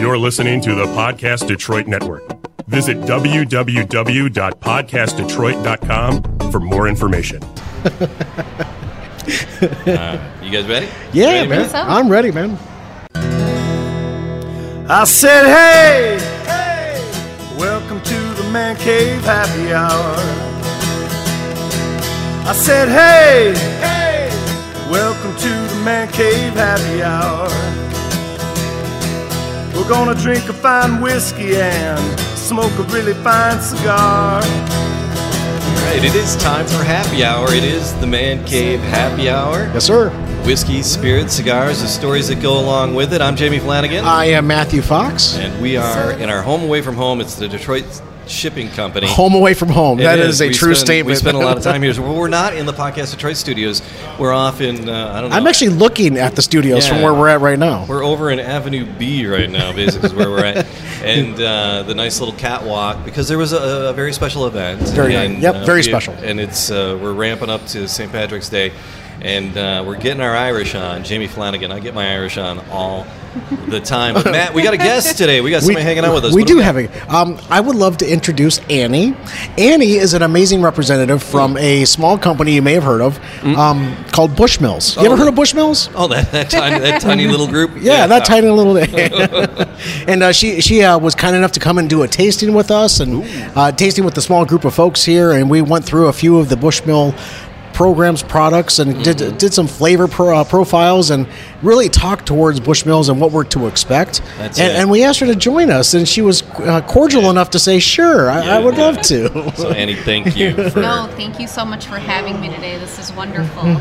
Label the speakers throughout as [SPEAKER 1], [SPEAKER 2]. [SPEAKER 1] You're listening to the Podcast Detroit Network. Visit www.podcastdetroit.com for more information.
[SPEAKER 2] You guys ready?
[SPEAKER 3] Yeah,
[SPEAKER 2] Ready,
[SPEAKER 3] man.
[SPEAKER 4] So-
[SPEAKER 3] I'm ready, man.
[SPEAKER 5] I said, hey, hey, welcome to the Man Cave Happy Hour. I said, hey, hey, welcome to the Man Cave Happy Hour. We're gonna drink a fine whiskey and smoke a really fine cigar.
[SPEAKER 2] All right, it is time for happy hour. It is the Man Cave happy hour.
[SPEAKER 3] Yes, sir.
[SPEAKER 2] Whiskey, spirits, cigars, the stories that go along with it. I'm Jamie Flanagan.
[SPEAKER 3] I am Matthew Fox.
[SPEAKER 2] and we are in our home away from home. It's the Detroit Shipping Company.
[SPEAKER 3] Home away from
[SPEAKER 2] It
[SPEAKER 3] home. that is, a
[SPEAKER 2] We
[SPEAKER 3] true
[SPEAKER 2] spend-
[SPEAKER 3] statement.
[SPEAKER 2] We spend a lot of time here. So we're not in the Podcast Detroit studios. We're off in, uh, I don't know.
[SPEAKER 3] I'm actually looking at the studios
[SPEAKER 2] Yeah.
[SPEAKER 3] from where we're at right now.
[SPEAKER 2] We're over in Avenue B right now, basically, is where we're at. And uh, the nice little catwalk, because there was a, a very special event.
[SPEAKER 3] Very nice.
[SPEAKER 2] and, uh,
[SPEAKER 3] Yep, very
[SPEAKER 2] we-
[SPEAKER 3] special.
[SPEAKER 2] And it's uh, we're ramping up to St. Patrick's Day, and uh, we're getting our Irish on. Jamie Flanagan, I get my Irish on all the time. But Matt, we got a guest today. We got somebody hanging out with us.
[SPEAKER 3] We
[SPEAKER 2] What
[SPEAKER 3] do
[SPEAKER 2] we
[SPEAKER 3] have a. Um, I would love to introduce Annie. Annie is an amazing representative from a small company you may have heard of um, called Bushmills.
[SPEAKER 2] Mm.
[SPEAKER 3] You
[SPEAKER 2] Oh,
[SPEAKER 3] ever heard of
[SPEAKER 2] the-
[SPEAKER 3] Bushmills?
[SPEAKER 2] Oh, that, that, tiny, that tiny little group. Uh,
[SPEAKER 3] Yeah, that tiny little and uh, she she uh, was kind enough to come and do a tasting with us and uh, tasting with a small group of folks here, and we went through a few of the Bushmill programs, products, and
[SPEAKER 2] Mm-hmm.
[SPEAKER 3] did did some flavor pro, uh, profiles, and really talked towards Bushmills and what we're to expect.
[SPEAKER 2] That's
[SPEAKER 3] and,
[SPEAKER 2] it.
[SPEAKER 3] and we asked her to join us, and she was uh, cordial enough to say, "Sure, I, I would love to."
[SPEAKER 2] So, Annie, thank you for
[SPEAKER 4] No, thank you so much for having me today. This is wonderful.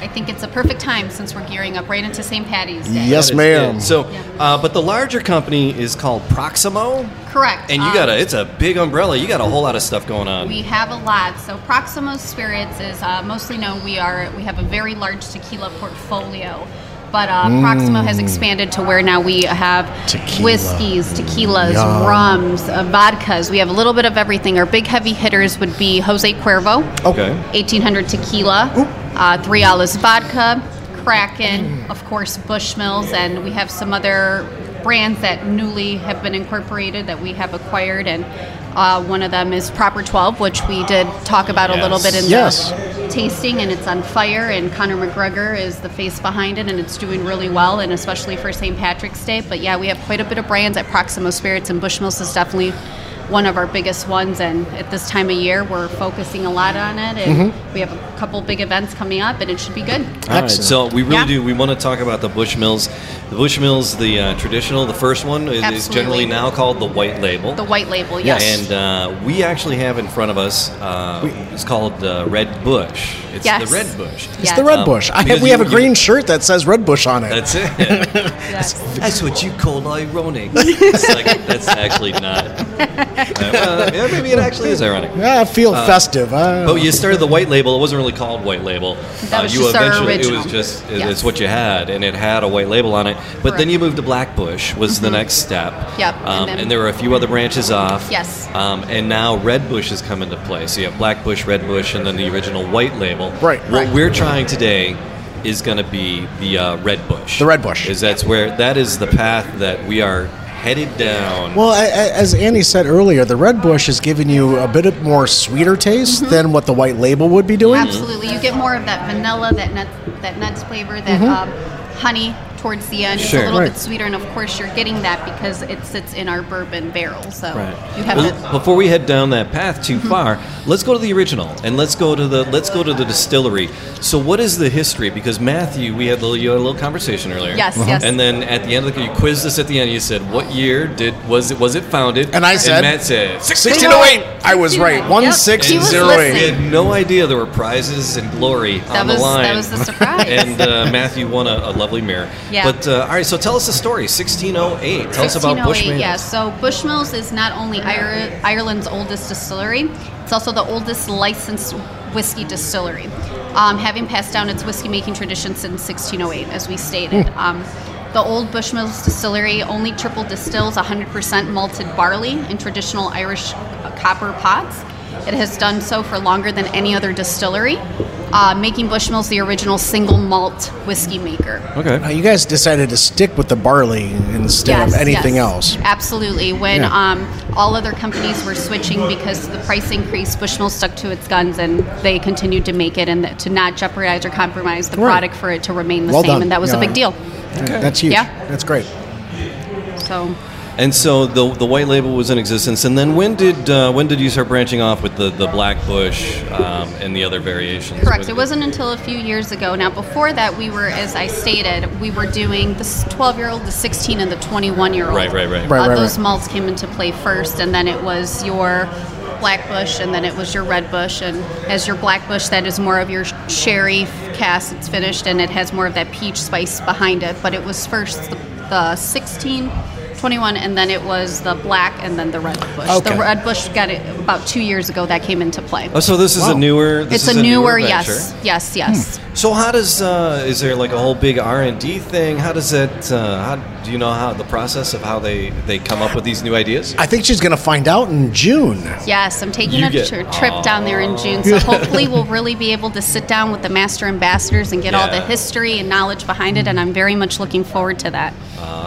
[SPEAKER 4] I think it's a perfect time since we're gearing up right into St. Patty's Day.
[SPEAKER 3] yes,
[SPEAKER 2] That is
[SPEAKER 3] ma'am.
[SPEAKER 2] it. So, uh, but the larger company is called Proximo,
[SPEAKER 4] Correct.
[SPEAKER 2] and you
[SPEAKER 4] Um,
[SPEAKER 2] got a—it's a big umbrella. You got a whole lot of stuff going on.
[SPEAKER 4] We have a lot. So Proximo Spirits is uh, mostly known. We are we have a very large tequila portfolio, but uh, Proximo has expanded to where now we have
[SPEAKER 3] Mm. Tequila.
[SPEAKER 4] whiskeys, tequilas,
[SPEAKER 3] Yum.
[SPEAKER 4] rums, uh, vodkas. We have a little bit of everything. Our big heavy hitters would be Jose Cuervo,
[SPEAKER 2] okay.
[SPEAKER 4] 1800 tequila, uh, three olives vodka, Kraken, of course Bushmills, and we have some other brands that newly have been incorporated that we have acquired, and uh, one of them is Proper 12, which we did talk about a little bit in
[SPEAKER 3] Yes.
[SPEAKER 4] the tasting, and it's on fire, and Conor McGregor is the face behind it, and it's doing really well, and especially for St. Patrick's Day. But yeah, we have quite a bit of brands at Proximo Spirits, and Bushmills is definitely one of our biggest ones and at this time of year we're focusing a lot on it and
[SPEAKER 3] Mm-hmm.
[SPEAKER 4] we have a couple big events coming up and it should be good
[SPEAKER 2] All right,
[SPEAKER 3] Excellent.
[SPEAKER 2] so we really
[SPEAKER 4] Yeah.
[SPEAKER 2] do. We want to talk about the Bushmills. The Bushmills, the uh, traditional, the first one, is, is
[SPEAKER 4] Absolutely.
[SPEAKER 2] generally now called the White Label.
[SPEAKER 4] the white label
[SPEAKER 3] Yes.
[SPEAKER 4] yes,
[SPEAKER 2] and uh, we actually have in front of us, uh, it's called uh, Red Bush. It's
[SPEAKER 4] Yes.
[SPEAKER 2] the Red Bush.
[SPEAKER 3] it's
[SPEAKER 4] Yes.
[SPEAKER 3] the red
[SPEAKER 2] Um,
[SPEAKER 3] bush. I
[SPEAKER 2] because
[SPEAKER 3] have, we
[SPEAKER 2] you-
[SPEAKER 3] have a
[SPEAKER 2] you-
[SPEAKER 3] green shirt that says red bush on it.
[SPEAKER 2] That's it.
[SPEAKER 4] Yes.
[SPEAKER 2] That's what you call ironic. it's like, that's actually not. Uh, well, yeah, maybe it actually is ironic.
[SPEAKER 3] Yeah, I feel festive. I-
[SPEAKER 2] uh, But you started the white label. It wasn't really called white label. Uh,
[SPEAKER 4] That was
[SPEAKER 2] you
[SPEAKER 4] just our
[SPEAKER 2] eventually it
[SPEAKER 4] original.
[SPEAKER 2] was just it-
[SPEAKER 4] Yes.
[SPEAKER 2] it's what you had, and it had a white label on it. But then
[SPEAKER 4] Correct. Mm-hmm.
[SPEAKER 2] you moved to Black Bush was the next step.
[SPEAKER 4] Yep, and
[SPEAKER 2] Um, and,
[SPEAKER 4] then-
[SPEAKER 2] there were a few other branches off.
[SPEAKER 4] Yes.
[SPEAKER 2] Um, and now Red Bush has come into play. So you have Black Bush, Red Bush, and then the original white label.
[SPEAKER 3] Right,
[SPEAKER 2] What
[SPEAKER 3] right.
[SPEAKER 2] we're trying today is going to be the uh, Red Bush.
[SPEAKER 3] The Red Bush.
[SPEAKER 2] is that's where that is the path that we are headed down.
[SPEAKER 3] Well, a- a- as Annie said earlier, the red bush is giving you a bit of more sweeter taste
[SPEAKER 4] Mm-hmm.
[SPEAKER 3] than what the white label would be doing.
[SPEAKER 4] absolutely you get more of that vanilla that nuts that nuts flavor that um, honey towards the end
[SPEAKER 2] Mm-hmm. Sure.
[SPEAKER 4] it's a little
[SPEAKER 3] Right.
[SPEAKER 4] bit sweeter and of course you're getting that because it sits in our bourbon barrel so Oh. you Hmm. have
[SPEAKER 2] Well,
[SPEAKER 4] that
[SPEAKER 2] before we head down that path too far, let's go to the original and let's go to the let's go to the distillery. So, what is the history? Because Matthew, we had a little, you had a little conversation earlier.
[SPEAKER 4] Yes, Uh-huh. yes.
[SPEAKER 2] And then at the end of the you quizzed us at the end. You said, "What year did was it was it founded?"
[SPEAKER 3] And I said-
[SPEAKER 2] Matt said, oh "Six."
[SPEAKER 3] 1608. I was right.
[SPEAKER 4] Yep. He was
[SPEAKER 3] 1608.
[SPEAKER 4] listening.
[SPEAKER 2] We had no idea there were prizes and glory
[SPEAKER 4] that
[SPEAKER 2] on
[SPEAKER 4] was
[SPEAKER 2] the line.
[SPEAKER 4] that was the surprise
[SPEAKER 2] and uh, Matthew won a, a lovely mirror.
[SPEAKER 4] Yeah.
[SPEAKER 2] But uh, all right, so tell us the story. 1608. Tell us about
[SPEAKER 4] 1608,
[SPEAKER 2] Bushman.
[SPEAKER 4] Yeah, so Bushmills is not only Ire- Ireland's oldest distillery, it's also the oldest licensed whiskey distillery, um, having passed down its whiskey making tradition since 1608, as we stated.
[SPEAKER 2] Hmm.
[SPEAKER 4] Um, the old Bushmills distillery only triple distills 100% malted barley in traditional Irish uh, copper pots. It has done so for longer than any other distillery. uh, making Bushmills the original single malt whiskey maker.
[SPEAKER 3] Now,
[SPEAKER 2] Okay.
[SPEAKER 3] Uh, you guys decided to stick with the barley instead
[SPEAKER 4] Yes,
[SPEAKER 3] of anything
[SPEAKER 4] yes.
[SPEAKER 3] else.
[SPEAKER 4] Absolutely. When
[SPEAKER 3] Yeah.
[SPEAKER 4] um, all other companies were switching because of the price increase, Bushmill stuck to its guns and they continued to make it and that, to not jeopardize or compromise the
[SPEAKER 3] Right.
[SPEAKER 4] product for it to remain the
[SPEAKER 3] Well
[SPEAKER 4] same.
[SPEAKER 3] done.
[SPEAKER 4] And that was
[SPEAKER 3] Yeah.
[SPEAKER 4] a big deal.
[SPEAKER 3] Uh, That's huge.
[SPEAKER 4] Yeah.
[SPEAKER 3] That's great.
[SPEAKER 4] So
[SPEAKER 2] And so the the white label was in existence, and then when did uh, when did you start branching off with the the black bush um, and the other variations?
[SPEAKER 4] Correct.
[SPEAKER 2] When-
[SPEAKER 4] It wasn't until a few years ago. Now, before that, we were, as I stated, we were doing the 12 year old, the 16, and the 21 year old.
[SPEAKER 2] Right, right, right.
[SPEAKER 3] Right,
[SPEAKER 4] uh,
[SPEAKER 3] right,
[SPEAKER 4] those
[SPEAKER 3] right.
[SPEAKER 4] malts came into play first, and then it was your black bush, and then it was your red bush. And as your black bush, that is more of your sh- sherry cast. It's finished, and it has more of that peach spice behind it. But it was first the, the 16. 21 and then it was the black and then the red bush
[SPEAKER 3] Okay.
[SPEAKER 4] the red bush got it about two years ago that came into play
[SPEAKER 2] Oh, so this is a
[SPEAKER 3] Wow.
[SPEAKER 2] newer. This is
[SPEAKER 4] it's a newer,
[SPEAKER 2] venture.
[SPEAKER 4] yes yes yes
[SPEAKER 2] So how does uh, is there like a whole big R and D thing? How does that? Uh, how do you know how the process of how they they come up with these new ideas?
[SPEAKER 3] I think she's going to find out in June.
[SPEAKER 4] Yes, I'm taking
[SPEAKER 2] You
[SPEAKER 4] a
[SPEAKER 2] get-
[SPEAKER 4] tr- trip down there in June, so hopefully we'll really be able to sit down with the master ambassadors and get all the
[SPEAKER 2] Yeah.
[SPEAKER 4] history and knowledge behind it, and I'm very much looking forward to that.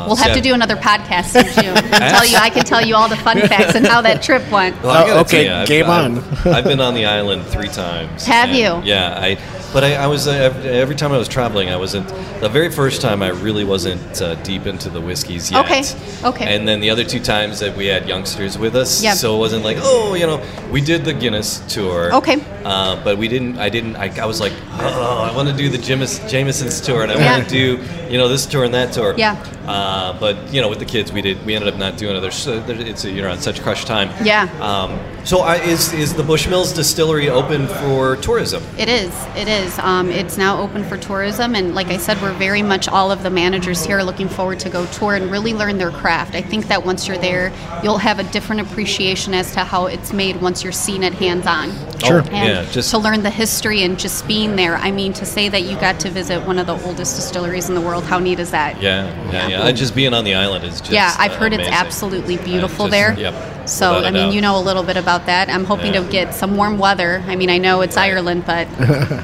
[SPEAKER 4] we'll have
[SPEAKER 2] so-
[SPEAKER 4] to do another podcast in June. and tell you, I can tell you all the fun facts and how that trip went.
[SPEAKER 2] Well, I
[SPEAKER 3] Oh,
[SPEAKER 2] gotta
[SPEAKER 3] okay,
[SPEAKER 2] tell ya, I've-
[SPEAKER 3] game
[SPEAKER 2] I've, I've been on the island three times.
[SPEAKER 4] Have
[SPEAKER 2] and-
[SPEAKER 4] you?
[SPEAKER 2] Yeah, I. But I, I was uh, ev- every time I was traveling, I wasn't. The very first time, I really wasn't uh, deep into the whiskeys yet.
[SPEAKER 4] Okay, okay.
[SPEAKER 2] And then the other two times that we had youngsters with us,
[SPEAKER 4] Yeah.
[SPEAKER 2] so it wasn't like, oh, you know, we did the Guinness tour.
[SPEAKER 4] Okay.
[SPEAKER 2] Uh, but we didn't. I didn't. I, I was like, oh, I want to do the James, Jameson's tour, and I
[SPEAKER 4] Yeah.
[SPEAKER 2] want to do, you know, this tour and that tour.
[SPEAKER 4] Yeah.
[SPEAKER 2] Uh, but you know, with the kids, we did. We ended up not doing it. There's, so- there- it's a, you're on such crushed time.
[SPEAKER 4] Yeah.
[SPEAKER 2] Um, so I, is is the Bushmills Distillery open for tourism?
[SPEAKER 4] It is. It is. Um, it's now open for tourism, and like I said, we're very much all of the managers here are looking forward to go tour and really learn their craft. I think that once you're there, you'll have a different appreciation as to how it's made once you're seeing it hands on.
[SPEAKER 3] Sure.
[SPEAKER 4] And
[SPEAKER 2] Oh, yeah, just
[SPEAKER 4] to learn the history and just being there. I mean, to say that you got to visit one of the oldest distilleries in the world, how neat is that?
[SPEAKER 2] yeah, yeah, yeah. And just being on the island is just
[SPEAKER 4] yeah, I've
[SPEAKER 2] uh,
[SPEAKER 4] heard
[SPEAKER 2] amazing.
[SPEAKER 4] it's absolutely beautiful
[SPEAKER 2] just-
[SPEAKER 4] there.
[SPEAKER 2] yep,
[SPEAKER 4] So,
[SPEAKER 2] without a
[SPEAKER 4] I mean,
[SPEAKER 2] doubt.
[SPEAKER 4] you know a little bit about that. I'm hoping
[SPEAKER 2] Yeah.
[SPEAKER 4] to get some warm weather. I mean, I know it's Ireland, but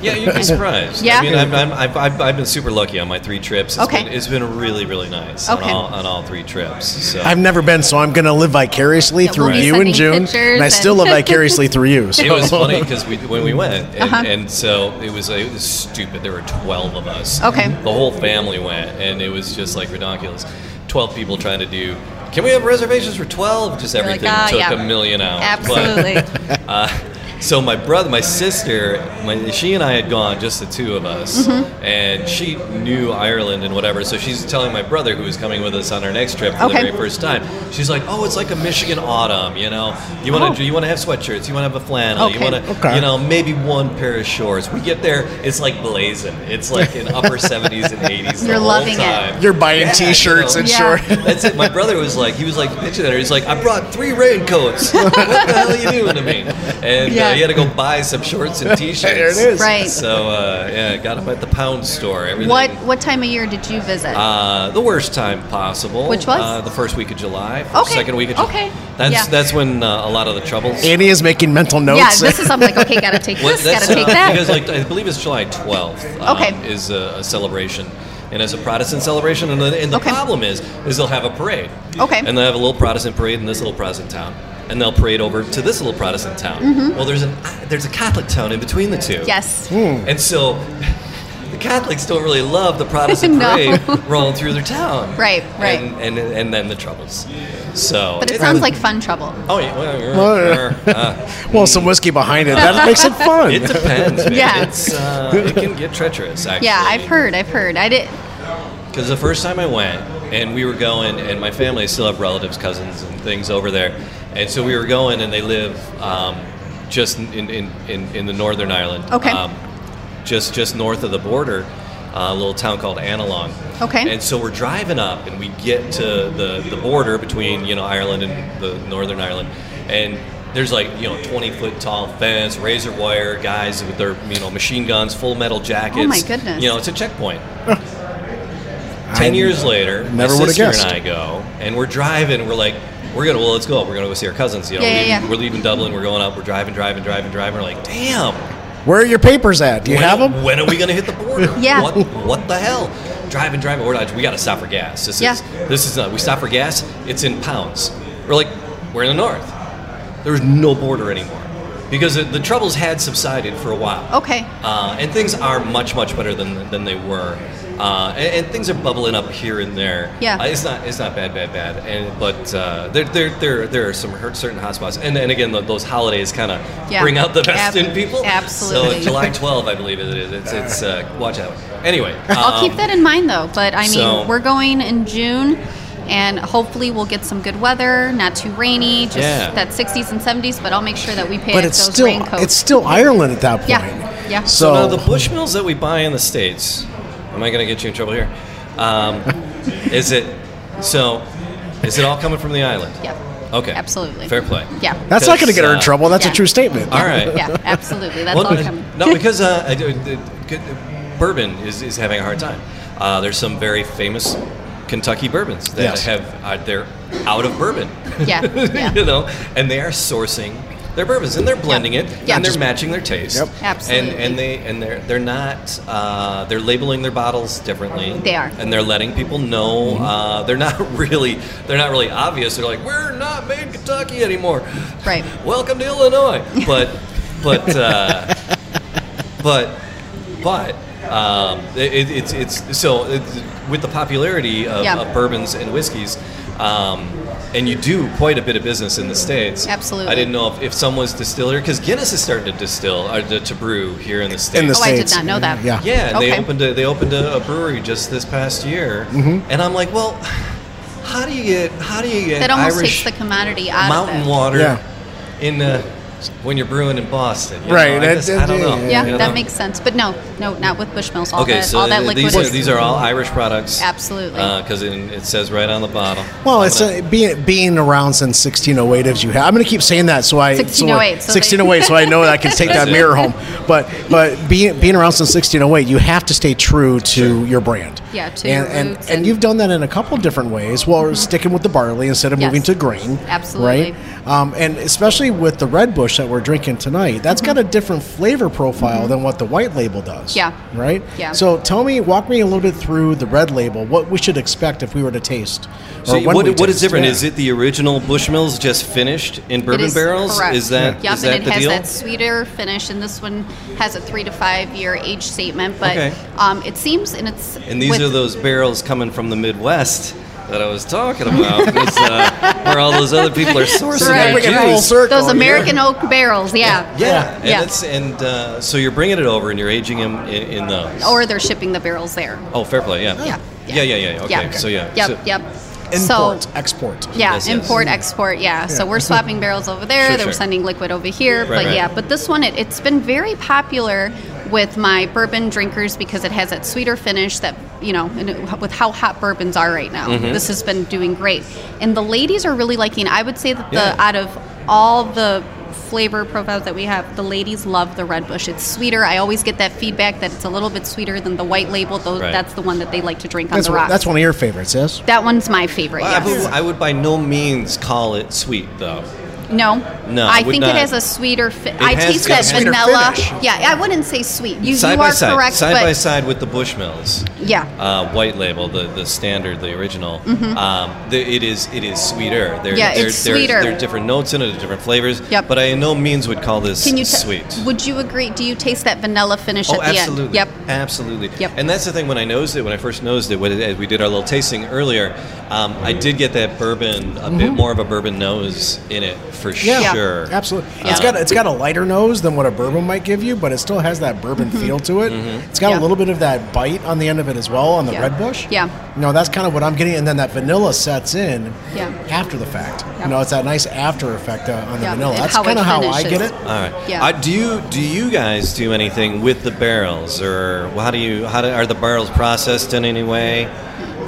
[SPEAKER 2] Yeah, you'd be surprised.
[SPEAKER 4] Yeah?
[SPEAKER 2] I mean, I'm, I'm, I've, I've, I've been super lucky on my three trips. It's
[SPEAKER 4] Okay.
[SPEAKER 2] Been, it's been really, really nice on
[SPEAKER 4] Okay.
[SPEAKER 2] all, on all three trips. So.
[SPEAKER 3] I've never been, so I'm going to live vicariously
[SPEAKER 4] Yeah,
[SPEAKER 3] through
[SPEAKER 4] we'll be
[SPEAKER 3] you in
[SPEAKER 4] sending
[SPEAKER 3] June.
[SPEAKER 4] pictures
[SPEAKER 3] And I still
[SPEAKER 4] and-
[SPEAKER 3] live vicariously through you. So.
[SPEAKER 2] It was funny because we, when we went, and,
[SPEAKER 4] Uh-huh.
[SPEAKER 2] and so it was it was stupid. There were twelve of us.
[SPEAKER 4] Okay.
[SPEAKER 2] The whole family went, and it was just like ridiculous. Twelve people trying to do. Can we have reservations for twelve? Just
[SPEAKER 4] like,
[SPEAKER 2] everything
[SPEAKER 4] "Ah,
[SPEAKER 2] took
[SPEAKER 4] yeah."
[SPEAKER 2] a million hours. But-
[SPEAKER 4] absolutely.
[SPEAKER 2] uh, so my brother, my sister, my, she and I had gone, just the two of us,
[SPEAKER 4] Mm-hmm.
[SPEAKER 2] and she knew Ireland and whatever. So she's telling my brother, who was coming with us on our next trip for
[SPEAKER 4] Okay.
[SPEAKER 2] the very first time, she's like, "Oh, it's like a Michigan autumn, you know. You want to, you want to have sweatshirts, you want to have a flannel, you
[SPEAKER 4] Oh. Okay.
[SPEAKER 2] want to,
[SPEAKER 3] Okay.
[SPEAKER 2] you know, maybe one pair of shorts." We get there, it's like blazing. It's like in upper seventies and eighties.
[SPEAKER 4] You're
[SPEAKER 2] the whole
[SPEAKER 4] loving it.
[SPEAKER 2] time.
[SPEAKER 3] You're buying
[SPEAKER 2] Yeah, you
[SPEAKER 3] T-shirts
[SPEAKER 2] know.
[SPEAKER 3] and
[SPEAKER 4] Yeah.
[SPEAKER 3] shorts.
[SPEAKER 2] That's it. My brother was like, he was like pitching at her. He's like, I brought three raincoats. what the hell are you doing to me? And uh,
[SPEAKER 4] Yeah.
[SPEAKER 2] he had to go buy some shorts and t-shirts.
[SPEAKER 3] There it is.
[SPEAKER 4] Right.
[SPEAKER 2] So uh, yeah, got them at the pound store. Everything.
[SPEAKER 4] What what time of year did you visit?
[SPEAKER 2] Uh, the worst time possible.
[SPEAKER 4] Which was?
[SPEAKER 2] uh, the first week of July. first,
[SPEAKER 4] Okay.
[SPEAKER 2] Second week of July.
[SPEAKER 4] Okay.
[SPEAKER 2] That's
[SPEAKER 4] Yeah.
[SPEAKER 2] that's when uh, a lot of the troubles.
[SPEAKER 3] Annie is making mental
[SPEAKER 4] yeah,
[SPEAKER 3] notes.
[SPEAKER 4] this is I'm like okay, gotta take
[SPEAKER 2] Well,
[SPEAKER 4] this, gotta
[SPEAKER 2] that's,
[SPEAKER 4] take
[SPEAKER 2] uh,
[SPEAKER 4] that.
[SPEAKER 2] Because like I believe it's July 12th. um,
[SPEAKER 4] Okay.
[SPEAKER 2] Is a, a celebration, and it's a Protestant celebration, and the, and the
[SPEAKER 4] Okay.
[SPEAKER 2] problem is, is they'll have a parade.
[SPEAKER 4] Okay.
[SPEAKER 2] And they'll have a little Protestant parade in this little Protestant town, and they'll parade over to this little Protestant town. Well, there's an there's a Catholic town in between the two.
[SPEAKER 4] Mm-hmm. yes.
[SPEAKER 2] And so. The Catholics don't really love the Protestant
[SPEAKER 4] No.
[SPEAKER 2] parade rolling through their town.
[SPEAKER 4] Right, right.
[SPEAKER 2] And, and, and then the troubles. So.
[SPEAKER 4] But it
[SPEAKER 2] it's-
[SPEAKER 4] sounds like fun trouble.
[SPEAKER 2] Oh, yeah. well,
[SPEAKER 3] Well,
[SPEAKER 2] uh, uh,
[SPEAKER 3] well, some whiskey behind it. That makes it fun.
[SPEAKER 2] it depends. Man.
[SPEAKER 4] Yeah.
[SPEAKER 2] It's, uh, it can get treacherous, actually.
[SPEAKER 4] Yeah, I've heard, I've heard. I did
[SPEAKER 2] Because the first time I went, and we were going, and my family I still have relatives, cousins, and things over there. And so we were going, and they live um, just in, in, in, in the Northern Ireland.
[SPEAKER 4] Okay.
[SPEAKER 2] Um, just, just north of the border, uh, a little town called Analong.
[SPEAKER 4] Okay.
[SPEAKER 2] And so we're driving up, and we get to the, the border between you know Ireland and the Northern Ireland, and there's like you know 20 foot tall fence, razor wire, guys with their you know machine guns, full metal jackets.
[SPEAKER 4] Oh goodness.
[SPEAKER 2] You know it's a checkpoint. Ten years later,
[SPEAKER 3] never
[SPEAKER 2] my
[SPEAKER 3] would've
[SPEAKER 2] sister
[SPEAKER 3] guessed.
[SPEAKER 2] and I go, and we're driving. We're like, we're gonna well, let's go. We're gonna go see our cousins. You know,
[SPEAKER 4] Yeah,
[SPEAKER 2] we're,
[SPEAKER 4] yeah,
[SPEAKER 2] leaving,
[SPEAKER 4] yeah.
[SPEAKER 2] we're leaving Dublin. We're going up. We're driving, driving, driving, driving. We're like, damn,
[SPEAKER 3] Where are your papers at? Do you
[SPEAKER 2] when,
[SPEAKER 3] have them?
[SPEAKER 2] When are we going to hit the border?
[SPEAKER 4] Yeah.
[SPEAKER 2] What, what the hell? Driving, driving. We're not, we got to stop for gas. This
[SPEAKER 4] Yeah.
[SPEAKER 2] is this is not. We stop for gas. It's in pounds. We're like, we're in the north. There's no border anymore because the, the troubles had subsided for a while.
[SPEAKER 4] Okay.
[SPEAKER 2] Uh, and things are much much better than than they were. Uh, and, and things are bubbling up here and there.
[SPEAKER 4] Yeah.
[SPEAKER 2] Uh, it's not it's not bad bad bad. And but uh, there, there there there are some hurt, certain hotspots. And and again tho- those holidays kind of
[SPEAKER 4] Yeah.
[SPEAKER 2] bring out the best
[SPEAKER 4] Ab-
[SPEAKER 2] in people. So
[SPEAKER 4] absolutely.
[SPEAKER 2] July 12, I believe it is. It's it's uh, watch out. Anyway,
[SPEAKER 4] I'll keep
[SPEAKER 2] um,
[SPEAKER 4] that in mind though. But I mean,
[SPEAKER 2] so-
[SPEAKER 4] we're going in June, and hopefully we'll get some good weather, not too rainy, just
[SPEAKER 2] Yeah.
[SPEAKER 4] that 60s and 70s. But I'll make sure that we pay
[SPEAKER 3] but
[SPEAKER 4] it
[SPEAKER 3] it's
[SPEAKER 4] those
[SPEAKER 3] still
[SPEAKER 4] raincoats.
[SPEAKER 3] it's still Ireland at that point.
[SPEAKER 4] Yeah, yeah.
[SPEAKER 2] So
[SPEAKER 3] So,
[SPEAKER 2] now the Bushmills that we buy in the states, am I going to get you in trouble here? Um, is it so? Is it all coming from the island?
[SPEAKER 4] yeah.
[SPEAKER 2] Okay.
[SPEAKER 4] Absolutely.
[SPEAKER 2] Fair play.
[SPEAKER 4] Yeah.
[SPEAKER 3] that's not going to
[SPEAKER 2] because,
[SPEAKER 3] get her in
[SPEAKER 2] uh,
[SPEAKER 3] trouble. That's
[SPEAKER 4] yeah.
[SPEAKER 3] a true statement.
[SPEAKER 2] All right.
[SPEAKER 4] Yeah, absolutely. That's all
[SPEAKER 2] Well,
[SPEAKER 4] coming.
[SPEAKER 2] no, because uh, I do- the- good- bourbon is, is having a hard time. Uh, there's some very famous Kentucky bourbons that
[SPEAKER 3] Yes.
[SPEAKER 2] have uh, they're out of bourbon.
[SPEAKER 4] Yeah, yeah.
[SPEAKER 2] you know, and they are sourcing their bourbons and they're blending it
[SPEAKER 4] Yeah.
[SPEAKER 2] and
[SPEAKER 4] Just-
[SPEAKER 2] they're matching their taste.
[SPEAKER 3] Yep.
[SPEAKER 4] Absolutely.
[SPEAKER 2] And and they and they're they're not uh, they're labeling their bottles differently.
[SPEAKER 4] They are.
[SPEAKER 2] And they're letting people know
[SPEAKER 3] Mm-hmm.
[SPEAKER 2] uh, they're not really they're not really obvious. They're like we're not made in Kentucky anymore
[SPEAKER 4] Right.
[SPEAKER 2] welcome to Illinois. But, but, uh, but, but, um, it, it's it's so it's, with the popularity of,
[SPEAKER 4] Yeah.
[SPEAKER 2] of bourbons and whiskeys, um, and you do quite a bit of business in the states.
[SPEAKER 4] Absolutely.
[SPEAKER 2] I didn't know if, if someone's distilled here because Guinness is starting to distill or to, to brew here in the states.
[SPEAKER 3] In the
[SPEAKER 4] Oh, I did
[SPEAKER 3] States.
[SPEAKER 4] not know that.
[SPEAKER 3] Yeah.
[SPEAKER 2] Yeah, and they
[SPEAKER 4] Okay.
[SPEAKER 2] opened a, they opened a, a brewery just this past year,
[SPEAKER 3] Mm-hmm.
[SPEAKER 2] and I'm like, well, how do you get how do you get
[SPEAKER 4] That almost
[SPEAKER 2] Irish
[SPEAKER 4] takes the commodity out
[SPEAKER 2] mountain
[SPEAKER 4] of it.
[SPEAKER 2] water
[SPEAKER 3] Yeah.
[SPEAKER 2] in uh, when you're brewing in Boston. you
[SPEAKER 3] Right,
[SPEAKER 2] know? I,
[SPEAKER 3] that-
[SPEAKER 2] guess-
[SPEAKER 3] that-
[SPEAKER 2] I don't know.
[SPEAKER 4] Yeah,
[SPEAKER 2] you know?
[SPEAKER 4] that makes sense. But no, no, not with Bushmills. All
[SPEAKER 2] okay.
[SPEAKER 4] that,
[SPEAKER 2] so
[SPEAKER 4] all that
[SPEAKER 2] th-
[SPEAKER 4] liquid
[SPEAKER 2] these
[SPEAKER 4] is-
[SPEAKER 2] are these are all Irish products.
[SPEAKER 4] Absolutely.
[SPEAKER 2] Because it says right on the bottle.
[SPEAKER 3] Well, it's a, being being around since 1608 as you have. I'm going to keep saying that, so I
[SPEAKER 4] 1608,
[SPEAKER 3] so, I-
[SPEAKER 4] so they-
[SPEAKER 3] 1608, so I know that I can take that
[SPEAKER 2] That's it.
[SPEAKER 3] mirror home. But but being being around since 1608, you have to stay true to your brand.
[SPEAKER 4] Yeah, to
[SPEAKER 3] and
[SPEAKER 4] your
[SPEAKER 3] and,
[SPEAKER 4] roots
[SPEAKER 3] and
[SPEAKER 4] and- Mm-hmm.
[SPEAKER 3] you've done that in a couple different ways. Well, sticking with the barley instead of
[SPEAKER 4] Yes.
[SPEAKER 3] moving to grain,
[SPEAKER 4] Absolutely.
[SPEAKER 3] right? Um, and especially with the red bush that we're drinking tonight, that's
[SPEAKER 4] Mm-hmm.
[SPEAKER 3] got a different flavor profile than what the white label does.
[SPEAKER 4] Yeah.
[SPEAKER 3] right.
[SPEAKER 4] Yeah.
[SPEAKER 3] So tell me, walk me a little bit through the red label. What we should expect if we were to taste.
[SPEAKER 2] So
[SPEAKER 3] Or when
[SPEAKER 2] what,
[SPEAKER 3] we
[SPEAKER 2] what is
[SPEAKER 3] taste,
[SPEAKER 2] different?
[SPEAKER 3] yeah.
[SPEAKER 2] Is it the original Bushmills just finished in
[SPEAKER 4] It
[SPEAKER 2] bourbon
[SPEAKER 4] is
[SPEAKER 2] barrels?
[SPEAKER 4] correct.
[SPEAKER 2] Is that is
[SPEAKER 4] Yep,
[SPEAKER 2] that
[SPEAKER 4] and it
[SPEAKER 2] the
[SPEAKER 4] has
[SPEAKER 2] deal?
[SPEAKER 4] that sweeter finish, and this one has a three to five year age statement. But
[SPEAKER 2] Okay.
[SPEAKER 4] um, it seems, and it's
[SPEAKER 2] And these
[SPEAKER 4] with-
[SPEAKER 2] are those barrels coming from the Midwest that I was talking about, 'cause, uh, where all those other people are sourcing
[SPEAKER 4] Right.
[SPEAKER 2] their
[SPEAKER 4] We
[SPEAKER 3] can full
[SPEAKER 2] juice.
[SPEAKER 3] circle
[SPEAKER 4] those
[SPEAKER 3] here.
[SPEAKER 4] American oak barrels. Yeah.
[SPEAKER 2] Yeah, and,
[SPEAKER 4] Yeah.
[SPEAKER 2] It's, and uh, so you're bringing it over and you're aging them in, in those.
[SPEAKER 4] Or they're shipping the barrels there.
[SPEAKER 2] oh, fair play, yeah.
[SPEAKER 4] Yeah.
[SPEAKER 2] Yeah, yeah, yeah. Okay, so yeah.
[SPEAKER 4] Yep.
[SPEAKER 2] so-
[SPEAKER 4] yep.
[SPEAKER 3] import,
[SPEAKER 4] So,
[SPEAKER 3] export.
[SPEAKER 4] Yeah,
[SPEAKER 2] Yes, yes.
[SPEAKER 4] import, export. Yeah. So we're swapping barrels over there.
[SPEAKER 2] Sure,
[SPEAKER 4] they were
[SPEAKER 2] sure.
[SPEAKER 4] sending liquid over here.
[SPEAKER 2] Right,
[SPEAKER 4] but
[SPEAKER 2] right.
[SPEAKER 4] yeah, but this one, it, it's been very popular with my bourbon drinkers because it has that sweeter finish that, you know, and it, with how hot bourbons are right now.
[SPEAKER 2] Mm-hmm.
[SPEAKER 4] This has been doing great. And the ladies are really liking I would say that
[SPEAKER 2] Yeah.
[SPEAKER 4] the out of all the flavor profiles that we have the ladies love the red bush it's sweeter i always get that feedback that it's a little bit sweeter than the white label though
[SPEAKER 2] Right.
[SPEAKER 4] that's the one that they like to drink on
[SPEAKER 3] That's,
[SPEAKER 4] the
[SPEAKER 3] one-
[SPEAKER 4] rocks
[SPEAKER 3] that's one of your favorites, yes?
[SPEAKER 4] that one's my favorite
[SPEAKER 2] Well, I,
[SPEAKER 4] yes.
[SPEAKER 2] would, I would by no means call it sweet, though.
[SPEAKER 4] No,
[SPEAKER 2] No, I
[SPEAKER 4] I
[SPEAKER 2] would
[SPEAKER 4] think
[SPEAKER 2] not.
[SPEAKER 4] it has a sweeter. Fi- I
[SPEAKER 2] has
[SPEAKER 4] taste
[SPEAKER 2] got a
[SPEAKER 4] that
[SPEAKER 2] sweeter
[SPEAKER 4] vanilla.
[SPEAKER 3] finish.
[SPEAKER 4] Yeah, I wouldn't say sweet. You,
[SPEAKER 2] side
[SPEAKER 4] you
[SPEAKER 2] by
[SPEAKER 4] are
[SPEAKER 2] side,
[SPEAKER 4] correct,
[SPEAKER 2] side
[SPEAKER 4] but
[SPEAKER 2] by side with the Bushmills.
[SPEAKER 4] yeah,
[SPEAKER 2] Uh, white label, the, the standard, the original. Um, the, it is it is sweeter. There,
[SPEAKER 4] Mm-hmm. Yeah,
[SPEAKER 2] there,
[SPEAKER 4] it's
[SPEAKER 2] there-
[SPEAKER 4] sweeter.
[SPEAKER 2] There are different notes in it, different flavors.
[SPEAKER 4] Yep.
[SPEAKER 2] But I in no means would call this
[SPEAKER 4] can you ta-
[SPEAKER 2] sweet.
[SPEAKER 4] Would you agree? Do you taste that vanilla finish
[SPEAKER 2] Oh,
[SPEAKER 4] at the
[SPEAKER 2] absolutely.
[SPEAKER 4] end? Yep.
[SPEAKER 2] Absolutely.
[SPEAKER 4] Yep.
[SPEAKER 2] And that's the thing when I nosed it, when I first nosed it, when it, as we did our little tasting earlier, um, I did get that bourbon, a bit more of a bourbon nose in it for
[SPEAKER 4] Mm-hmm. Yeah.
[SPEAKER 2] sure.
[SPEAKER 3] Absolutely.
[SPEAKER 4] Yeah.
[SPEAKER 3] It's got it's got a lighter nose than what a bourbon might give you, but it still has that bourbon feel to it. It's got
[SPEAKER 4] Mm-hmm. Yeah.
[SPEAKER 3] a little bit of that bite on the end of it as well on the
[SPEAKER 4] Yeah.
[SPEAKER 3] red bush.
[SPEAKER 4] Yeah.
[SPEAKER 3] You know, that's kind of what I'm getting and then that vanilla sets in
[SPEAKER 4] Yeah.
[SPEAKER 3] after the fact.
[SPEAKER 4] Yeah.
[SPEAKER 3] You know, it's that nice after effect uh, on the
[SPEAKER 4] Yeah,
[SPEAKER 3] vanilla.
[SPEAKER 4] and
[SPEAKER 3] That's
[SPEAKER 4] how it
[SPEAKER 3] kind of how I
[SPEAKER 4] finishes.
[SPEAKER 3] get it.
[SPEAKER 2] All right.
[SPEAKER 4] Yeah.
[SPEAKER 2] Uh, do you do you guys do anything with the barrels, or how do you how do, are the barrels processed in any way?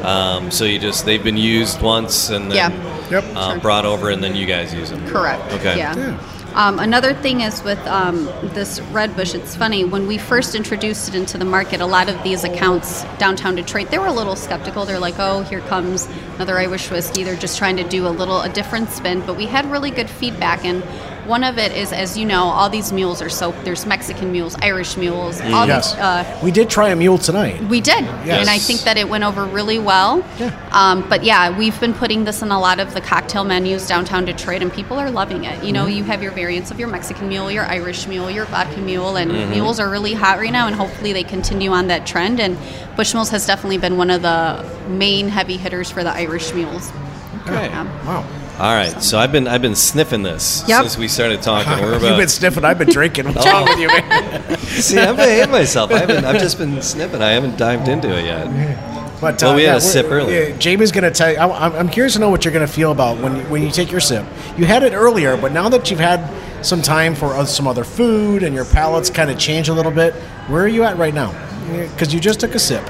[SPEAKER 2] Um, so you just they've been used once and then
[SPEAKER 4] Yeah.
[SPEAKER 3] Yep.
[SPEAKER 2] uh,
[SPEAKER 4] Sure.
[SPEAKER 2] brought over and then you guys use them.
[SPEAKER 4] Correct.
[SPEAKER 2] Okay.
[SPEAKER 4] Yeah. Um, another thing is with um, this red bush. It's funny when we first introduced it into the market. A lot of these accounts downtown Detroit, they were a little skeptical. They're like, "Oh, here comes another Irish whiskey." They're just trying to do a little a different spin. But we had really good feedback, and One of it is, as you know, all these mules are so there's Mexican mules, Irish mules, all
[SPEAKER 3] Yes.
[SPEAKER 4] these. Uh,
[SPEAKER 3] we did try a mule tonight.
[SPEAKER 4] we did,
[SPEAKER 3] Yes.
[SPEAKER 4] and I think that it went over really well.
[SPEAKER 3] Yeah.
[SPEAKER 4] Um, but yeah, we've been putting this in a lot of the cocktail menus downtown Detroit, and people are loving it. You know,
[SPEAKER 3] Mm-hmm.
[SPEAKER 4] you have your variants of your Mexican mule, your Irish mule, your vodka mule, and
[SPEAKER 3] Mm-hmm.
[SPEAKER 4] mules are really hot right now. And hopefully, they continue on that trend. And Bushmills has definitely been one of the main heavy hitters for the Irish mules. Um,
[SPEAKER 2] Okay.
[SPEAKER 4] Yeah.
[SPEAKER 3] Wow.
[SPEAKER 2] All right. So I've been I've been sniffing this
[SPEAKER 4] Yep.
[SPEAKER 2] since we started talking. We're
[SPEAKER 3] You've
[SPEAKER 2] about
[SPEAKER 3] been sniffing. I've been drinking. What's wrong with you, man?
[SPEAKER 2] see. I've been hitting myself. I haven't. I've just been sniffing. I haven't dived into it yet.
[SPEAKER 3] But
[SPEAKER 2] Well, we had a
[SPEAKER 3] we're-
[SPEAKER 2] sip earlier.
[SPEAKER 3] yeah, Jamie's going to tell you. I, I'm- I'm curious to know what you're going to feel about when you, when you take your sip. You had it earlier, but now that you've had some time for uh, some other food and your palate's kind of changed a little bit, where are you at right now? Because you just took a sip.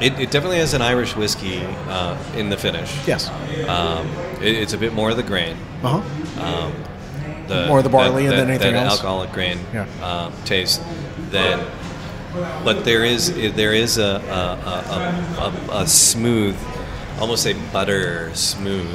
[SPEAKER 2] It, it definitely has an Irish whiskey uh, in the finish.
[SPEAKER 3] Yes.
[SPEAKER 2] Um, it, it's a bit more of the grain.
[SPEAKER 3] Uh huh.
[SPEAKER 2] The,
[SPEAKER 3] More of the barley
[SPEAKER 2] that,
[SPEAKER 3] and then
[SPEAKER 2] that-
[SPEAKER 3] anything
[SPEAKER 2] that
[SPEAKER 3] else?
[SPEAKER 2] alcoholic grain
[SPEAKER 3] Yeah.
[SPEAKER 2] um, taste. Then, but there is there is a a, a, a, a smooth, almost a butter smooth,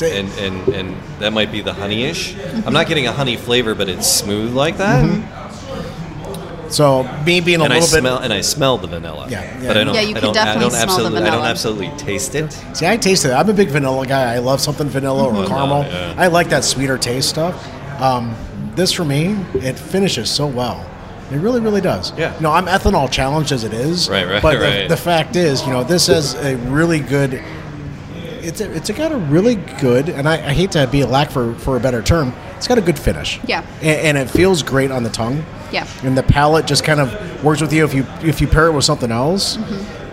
[SPEAKER 3] it.
[SPEAKER 2] and, and and that might be the honeyish. I'm not getting a honey flavor, but it's smooth like that.
[SPEAKER 3] Mm-hmm. So me being a
[SPEAKER 2] and I
[SPEAKER 3] little bit.
[SPEAKER 2] smell and I smell the vanilla.
[SPEAKER 3] Yeah, yeah.
[SPEAKER 2] but I don't.
[SPEAKER 4] Yeah, you
[SPEAKER 2] I
[SPEAKER 4] can
[SPEAKER 2] don't, I
[SPEAKER 4] definitely
[SPEAKER 2] don't
[SPEAKER 4] smell the
[SPEAKER 2] absolutely, I don't
[SPEAKER 4] vanilla.
[SPEAKER 2] absolutely taste it.
[SPEAKER 3] See, I tasted it. I'm a big vanilla guy. I love something vanilla or
[SPEAKER 2] Vanilla,
[SPEAKER 3] caramel.
[SPEAKER 2] Mm-hmm. yeah.
[SPEAKER 3] I like that sweeter taste stuff. Um, this for me, it finishes so well. It really, really does.
[SPEAKER 2] Yeah.
[SPEAKER 3] You know, I'm ethanol challenged as it is.
[SPEAKER 2] Right, right,
[SPEAKER 3] But the-
[SPEAKER 2] right.
[SPEAKER 3] The, fact is, you know, this has a really good. It's a, it's got a really good, and I, I hate to be a lack for, for a better term. It's got a good finish.
[SPEAKER 4] Yeah.
[SPEAKER 3] A- And, it feels great on the tongue.
[SPEAKER 4] Yeah.
[SPEAKER 3] And the palate just kind of works with you if you if you pair it with something else.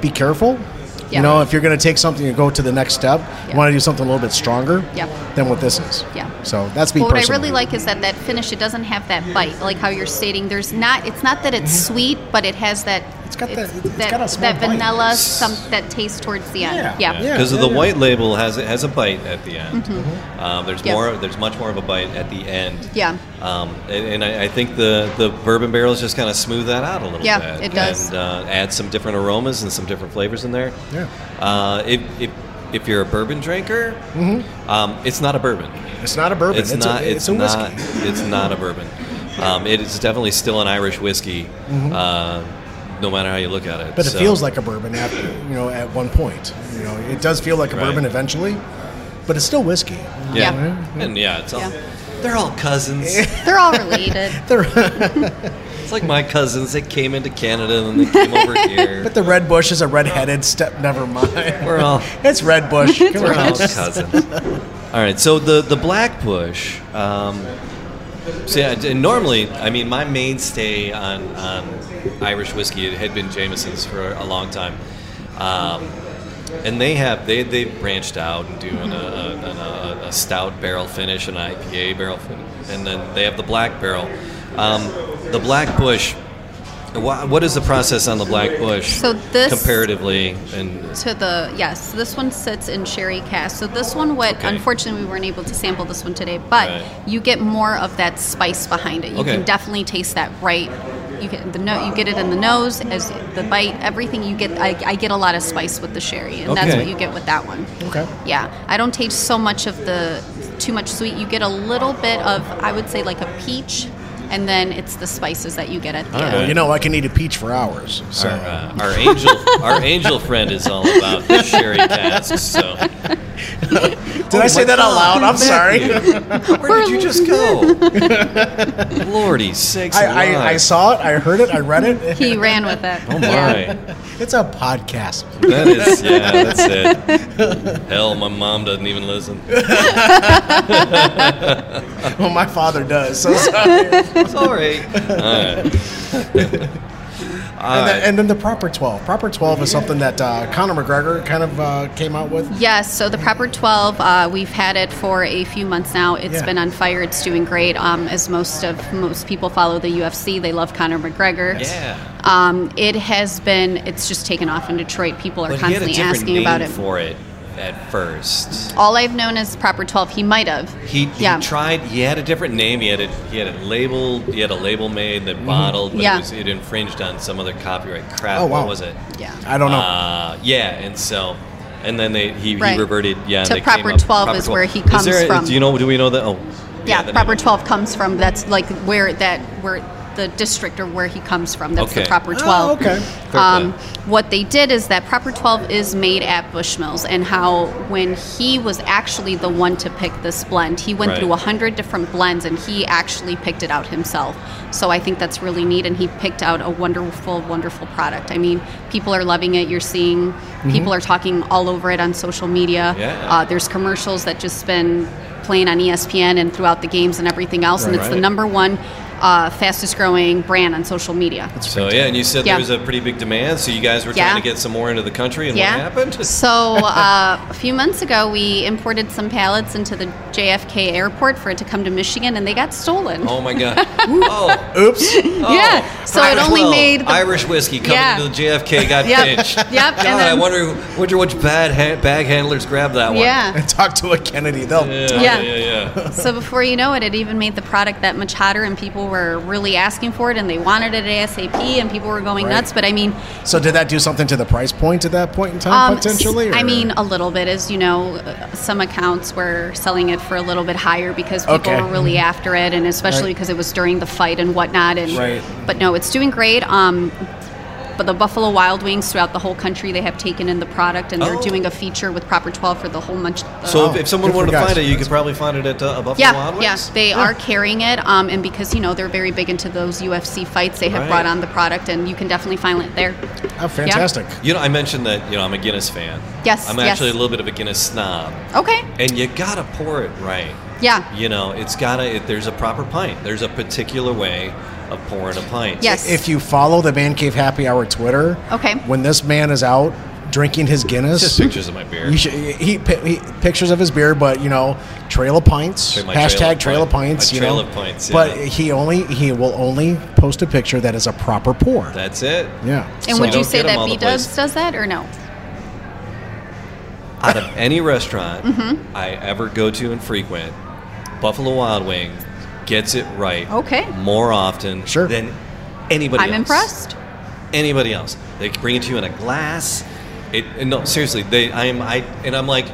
[SPEAKER 3] Be careful. You
[SPEAKER 4] Mm-hmm. Yeah.
[SPEAKER 3] know, if you're going to take something and go to the next step, you
[SPEAKER 4] Yeah.
[SPEAKER 3] want to do something a little bit stronger
[SPEAKER 4] Yeah.
[SPEAKER 3] than what this is.
[SPEAKER 4] Yeah.
[SPEAKER 3] So that's me
[SPEAKER 4] But what I
[SPEAKER 3] personally.
[SPEAKER 4] really like is that that finish. It doesn't have that bite, like how you're stating. There's not. It's not that it's sweet, but it has that.
[SPEAKER 3] Mm-hmm. It's got
[SPEAKER 4] it's
[SPEAKER 3] that- it's
[SPEAKER 4] that,
[SPEAKER 3] got a small
[SPEAKER 4] that
[SPEAKER 3] bite.
[SPEAKER 4] vanilla, some that taste towards the end.
[SPEAKER 3] Yeah.
[SPEAKER 4] Yeah.
[SPEAKER 3] Yeah.
[SPEAKER 2] because of the
[SPEAKER 3] yeah.
[SPEAKER 2] white label has it has a bite at the end. Um, there's
[SPEAKER 4] Mm-hmm. Yeah.
[SPEAKER 2] more. There's much more of a bite at the end.
[SPEAKER 4] Yeah.
[SPEAKER 2] Um, and and I, I think the the bourbon barrels just kind of smooth that out a little
[SPEAKER 4] Yeah,
[SPEAKER 2] bit.
[SPEAKER 4] it does.
[SPEAKER 2] And uh, add some different aromas and some different flavors in there.
[SPEAKER 3] Yeah.
[SPEAKER 2] Uh, if, if if you're a bourbon drinker, um, it's not a bourbon.
[SPEAKER 3] It's not a Mm-hmm. bourbon.
[SPEAKER 2] It's,
[SPEAKER 3] It's,
[SPEAKER 2] not.
[SPEAKER 3] A,
[SPEAKER 2] it's
[SPEAKER 3] it's, a whiskey.
[SPEAKER 2] not. It's not a bourbon. Um, it is definitely still an Irish whiskey, uh, no matter how you look at it.
[SPEAKER 3] Mm-hmm. But it
[SPEAKER 2] So-
[SPEAKER 3] feels like a bourbon at you know at one point. You know, it does feel like a
[SPEAKER 2] Right.
[SPEAKER 3] bourbon eventually, but it's still whiskey.
[SPEAKER 2] Yeah.
[SPEAKER 4] Yeah.
[SPEAKER 2] And yeah, it's all,
[SPEAKER 4] Yeah.
[SPEAKER 2] they're all cousins.
[SPEAKER 4] They're all related.
[SPEAKER 3] They're-
[SPEAKER 2] It's like my cousins. They came into Canada and then they came over here.
[SPEAKER 3] but the red bush is a red-headed step. Never mind.
[SPEAKER 2] we're all
[SPEAKER 3] It's red bush. Come
[SPEAKER 2] we're
[SPEAKER 3] on.
[SPEAKER 2] all cousins. All right. So the the black push. Um, so yeah, and normally, I mean, my mainstay on, on Irish whiskey had been Jameson's for a long time, um, and they have they they branched out and doing a, a, an- a, a stout barrel finish, an IPA barrel, fin- and then they have the black barrel. Um, the black bush. wha- What is the process on the black bush?
[SPEAKER 4] So this-
[SPEAKER 2] comparatively and
[SPEAKER 4] to the yes this one sits in sherry cask so this one what
[SPEAKER 2] Okay.
[SPEAKER 4] unfortunately we weren't able to sample this one today but
[SPEAKER 2] Right.
[SPEAKER 4] you get more of that spice behind it you
[SPEAKER 2] Okay.
[SPEAKER 4] can definitely taste that right you get the no, you get it in the nose as the bite everything you get I, I get a lot of spice with the sherry and that's
[SPEAKER 2] Okay.
[SPEAKER 4] what you get with that one
[SPEAKER 3] Okay.
[SPEAKER 4] yeah I don't taste so much of the too much sweet you get a little bit of I would say like a peach and then it's the spices that you get at the
[SPEAKER 2] All
[SPEAKER 4] end
[SPEAKER 2] right.
[SPEAKER 3] You know, I can eat a peach for hours. So.
[SPEAKER 2] Our,
[SPEAKER 3] Um,
[SPEAKER 2] uh, our angel, our angel friend is all about the sherry casks. So
[SPEAKER 3] Did
[SPEAKER 4] Oh
[SPEAKER 3] I say that out loud? I'm sorry.
[SPEAKER 2] where did you just go? Lordy sakes!
[SPEAKER 3] I, I, I
[SPEAKER 2] alive.
[SPEAKER 3] saw it. I heard it. I read it.
[SPEAKER 4] he ran with it
[SPEAKER 2] Oh
[SPEAKER 4] Yeah.
[SPEAKER 2] my!
[SPEAKER 3] It's a podcast.
[SPEAKER 2] That is yeah. That's it. Hell, my mom doesn't even listen.
[SPEAKER 3] Well, my father does. So sorry. and,
[SPEAKER 2] Sorry. All right. All
[SPEAKER 3] then,
[SPEAKER 2] right.
[SPEAKER 3] and then the proper twelve. Proper twelve is something that uh, Conor McGregor kind of uh, came out with.
[SPEAKER 4] Yes, so the Proper 12, uh, we've had it for a few months now. It's
[SPEAKER 3] Yeah.
[SPEAKER 4] been on fire. It's doing great. Um, as most of most people follow the UFC, they love Conor McGregor.
[SPEAKER 2] Yeah.
[SPEAKER 4] Um, it has been. It's just taken off in Detroit. People are
[SPEAKER 2] But he had a
[SPEAKER 4] constantly
[SPEAKER 2] different
[SPEAKER 4] asking
[SPEAKER 2] name
[SPEAKER 4] about it.
[SPEAKER 2] for it at first.
[SPEAKER 4] All I've known is Proper 12. He might have.
[SPEAKER 2] He,
[SPEAKER 4] Yeah.
[SPEAKER 2] he tried. He had a different name. He had it. He had it labeled. He had a label made that bottled, but
[SPEAKER 4] Yeah.
[SPEAKER 2] it, was, it infringed on some other copyright crap.
[SPEAKER 3] Oh, wow.
[SPEAKER 2] What was it?
[SPEAKER 4] Yeah.
[SPEAKER 3] I don't know.
[SPEAKER 2] Uh, yeah, and so and then they he,
[SPEAKER 4] Right.
[SPEAKER 2] he reverted. Yeah,
[SPEAKER 4] To
[SPEAKER 2] they came
[SPEAKER 4] proper
[SPEAKER 2] up-
[SPEAKER 4] 12 is where he comes
[SPEAKER 2] there a-
[SPEAKER 4] from.
[SPEAKER 2] Do you know? Do we know that? Oh,
[SPEAKER 4] Yeah,
[SPEAKER 2] the name
[SPEAKER 4] proper
[SPEAKER 2] of it.
[SPEAKER 4] 12 comes from. That's like where that where the district or where he comes from. That's the
[SPEAKER 2] Okay.
[SPEAKER 4] proper
[SPEAKER 3] Oh,
[SPEAKER 4] 12.
[SPEAKER 3] okay.
[SPEAKER 2] Fair
[SPEAKER 4] Um,
[SPEAKER 2] play.
[SPEAKER 4] what they did is that proper 12 is made at Bushmills, and how when he was actually the one to pick this blend, he went
[SPEAKER 2] Right.
[SPEAKER 4] through a hundred different blends and he actually picked it out himself. So I think that's really neat, and he picked out a wonderful, wonderful product. I mean, people are loving it. You're seeing people are talking all over it on social media.
[SPEAKER 2] Mm-hmm. Yeah.
[SPEAKER 4] Uh, there's commercials that just been playing on E ESPN and throughout the games and everything else, and it's the
[SPEAKER 2] Right.
[SPEAKER 4] number one uh, fastest growing brand on social media.
[SPEAKER 2] So yeah, and you said
[SPEAKER 4] Yeah.
[SPEAKER 2] there was a pretty big demand. So you guys were trying
[SPEAKER 4] Yeah.
[SPEAKER 2] to get some more into the country, and
[SPEAKER 4] yeah.
[SPEAKER 2] what happened?
[SPEAKER 4] So uh, a few months ago, we imported some pallets into the JFK airport for it to come to Michigan, and they got stolen.
[SPEAKER 2] Oh my god! oh,
[SPEAKER 3] Oops.
[SPEAKER 2] oh.
[SPEAKER 4] Yeah, so it only
[SPEAKER 2] Well,
[SPEAKER 4] made the-
[SPEAKER 2] Irish whiskey coming
[SPEAKER 4] Yeah.
[SPEAKER 2] into the JFK got
[SPEAKER 4] Yep.
[SPEAKER 2] pinched.
[SPEAKER 4] Yep,
[SPEAKER 2] God,
[SPEAKER 4] and then-
[SPEAKER 2] I wonder, wonder which bad ha- bag handlers grabbed that one.
[SPEAKER 4] Yeah.
[SPEAKER 3] And talk to a Kennedy. They'll.
[SPEAKER 2] Yeah,
[SPEAKER 4] Uh. Yeah.
[SPEAKER 2] yeah, yeah. yeah.
[SPEAKER 4] so before you know it, it even made the product that much hotter, and people were really asking for it, and they wanted it ASAP, and people were going
[SPEAKER 3] Right.
[SPEAKER 4] nuts. But I mean,
[SPEAKER 3] So did that do something to the price point at that point in time
[SPEAKER 4] Um,
[SPEAKER 3] potentially?
[SPEAKER 4] I
[SPEAKER 3] or-
[SPEAKER 4] mean, a little bit. As you know, uh, some accounts were selling it for a little bit higher because people
[SPEAKER 3] Okay.
[SPEAKER 4] were really
[SPEAKER 2] Mm-hmm.
[SPEAKER 4] after it, and especially
[SPEAKER 3] Right.
[SPEAKER 4] because it was during the fight and whatnot. And
[SPEAKER 3] Right.
[SPEAKER 4] but no, it's doing great. Um, but the Buffalo Wild Wings throughout the whole country, they have taken in the product, and they're
[SPEAKER 2] Oh.
[SPEAKER 4] doing a feature with Proper 12 for the whole much.
[SPEAKER 2] So if,
[SPEAKER 3] Oh,
[SPEAKER 2] if someone
[SPEAKER 3] good for
[SPEAKER 2] wanted to
[SPEAKER 3] guys.
[SPEAKER 2] find it, you could probably find it at uh, a Buffalo Wild
[SPEAKER 4] yeah,
[SPEAKER 2] Wings.
[SPEAKER 4] yeah, they are carrying it, um, and because you know they're very big into those UFC fights, they have
[SPEAKER 2] Right.
[SPEAKER 4] brought on the product, and you can definitely find it there.
[SPEAKER 3] oh, fantastic.
[SPEAKER 2] You know, I mentioned that you know I'm a Guinness fan.
[SPEAKER 4] Yes,
[SPEAKER 2] I'm
[SPEAKER 4] yes.
[SPEAKER 2] actually a little bit of a Guinness snob,
[SPEAKER 4] Okay,
[SPEAKER 2] and you gotta pour it right.
[SPEAKER 4] yeah,
[SPEAKER 2] You know, it's gotta. It, there's a proper pint. There's a particular way of pouring a pint.
[SPEAKER 4] Yes.
[SPEAKER 3] If you follow the Man Cave Happy Hour Twitter,
[SPEAKER 4] Okay.
[SPEAKER 3] when this man is out drinking his Guinness,
[SPEAKER 2] It's just pictures of my beer.
[SPEAKER 3] You should, he, he pictures of his beer, but you know, trail of pints.
[SPEAKER 2] Tra- my
[SPEAKER 3] hashtag trail
[SPEAKER 2] trail
[SPEAKER 3] of
[SPEAKER 2] of pint-
[SPEAKER 3] pints.
[SPEAKER 2] my
[SPEAKER 3] you
[SPEAKER 2] trail
[SPEAKER 3] know.
[SPEAKER 2] of pints,
[SPEAKER 3] But
[SPEAKER 2] yeah.
[SPEAKER 3] he only he will only post a picture that is a proper pour.
[SPEAKER 2] That's it.
[SPEAKER 3] yeah.
[SPEAKER 4] And
[SPEAKER 3] so-
[SPEAKER 4] would you
[SPEAKER 2] Don't
[SPEAKER 4] say
[SPEAKER 2] get 'em
[SPEAKER 4] that
[SPEAKER 2] all
[SPEAKER 4] B
[SPEAKER 2] the
[SPEAKER 4] Dubs
[SPEAKER 2] place.
[SPEAKER 4] does that or no?
[SPEAKER 2] Out of any restaurant
[SPEAKER 4] Mm-hmm.
[SPEAKER 2] I ever go to and frequent, Buffalo Wild Wing gets it right.
[SPEAKER 4] Okay.
[SPEAKER 2] More often
[SPEAKER 3] Sure.
[SPEAKER 2] than anybody.
[SPEAKER 4] I'm
[SPEAKER 2] else.
[SPEAKER 4] impressed.
[SPEAKER 2] anybody else. They bring it to you in a glass. It, and no, seriously, they. I am. I and I'm like,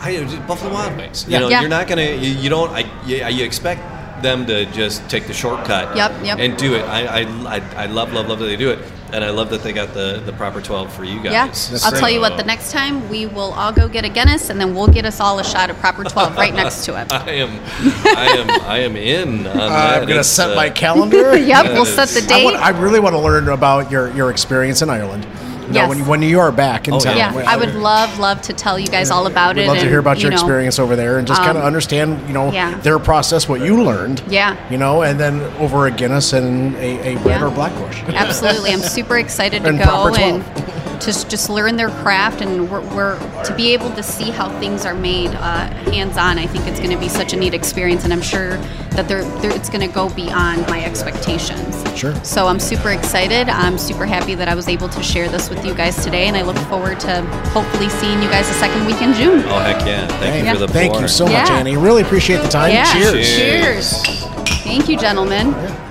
[SPEAKER 2] I Buffalo Wild Wings. You
[SPEAKER 3] Yeah.
[SPEAKER 2] know,
[SPEAKER 4] Yeah.
[SPEAKER 2] you're not gonna. You, you don't. I. You, you expect them to just take the shortcut.
[SPEAKER 4] Yep, yep.
[SPEAKER 2] And do it. I. I. I, I love, love, love that they do it, and I love that they got the the proper twelve for you guys.
[SPEAKER 4] Yeah.
[SPEAKER 2] So-
[SPEAKER 4] I'll tell you what, the next time we will all go get a Guinness and then we'll get us all a shot of proper 12 right next to it.
[SPEAKER 2] I am. I am. I am in. On that.
[SPEAKER 3] I'm gonna
[SPEAKER 2] It's,
[SPEAKER 3] set
[SPEAKER 2] uh,
[SPEAKER 3] my calendar.
[SPEAKER 4] Yep,
[SPEAKER 2] Yeah,
[SPEAKER 4] we'll
[SPEAKER 2] it
[SPEAKER 4] set the
[SPEAKER 2] is.
[SPEAKER 3] I,
[SPEAKER 4] date.
[SPEAKER 3] want, I really want to learn about your, your experience in Ireland. You know,
[SPEAKER 4] Yes.
[SPEAKER 3] when, you- when you are back in
[SPEAKER 2] Oh,
[SPEAKER 3] town.
[SPEAKER 4] yeah,
[SPEAKER 2] Wait,
[SPEAKER 4] I would love, love to tell you guys all about
[SPEAKER 3] We'd
[SPEAKER 4] it.
[SPEAKER 3] love to
[SPEAKER 4] and,
[SPEAKER 3] hear about your
[SPEAKER 4] you know,
[SPEAKER 3] experience over there and just kind of
[SPEAKER 4] um,
[SPEAKER 3] understand, you know,
[SPEAKER 4] yeah.
[SPEAKER 3] their process, what you learned.
[SPEAKER 4] Yeah.
[SPEAKER 3] You know, and then over a Guinness and a, a red
[SPEAKER 4] Yeah.
[SPEAKER 3] or black bush.
[SPEAKER 4] Absolutely. I'm super excited to
[SPEAKER 3] And
[SPEAKER 4] go
[SPEAKER 3] proper 12.
[SPEAKER 4] and just, just learn their craft and we're, we're, to be able to see how things are made uh, hands on. I think it's going to be such a neat experience and I'm sure that they're, they're, it's going to go beyond my expectations.
[SPEAKER 3] Sure.
[SPEAKER 4] So I'm super excited. I'm super happy that I was able to share this with you guys today and I look forward to hopefully seeing you guys the second week in June.
[SPEAKER 2] Oh heck yeah! Thank
[SPEAKER 4] Yeah.
[SPEAKER 2] you for the.
[SPEAKER 3] Thank
[SPEAKER 2] pour.
[SPEAKER 3] you so
[SPEAKER 4] Yeah.
[SPEAKER 3] much, Annie. Really appreciate the time.
[SPEAKER 4] Yeah.
[SPEAKER 3] Cheers.
[SPEAKER 4] Cheers. Thank you, gentlemen.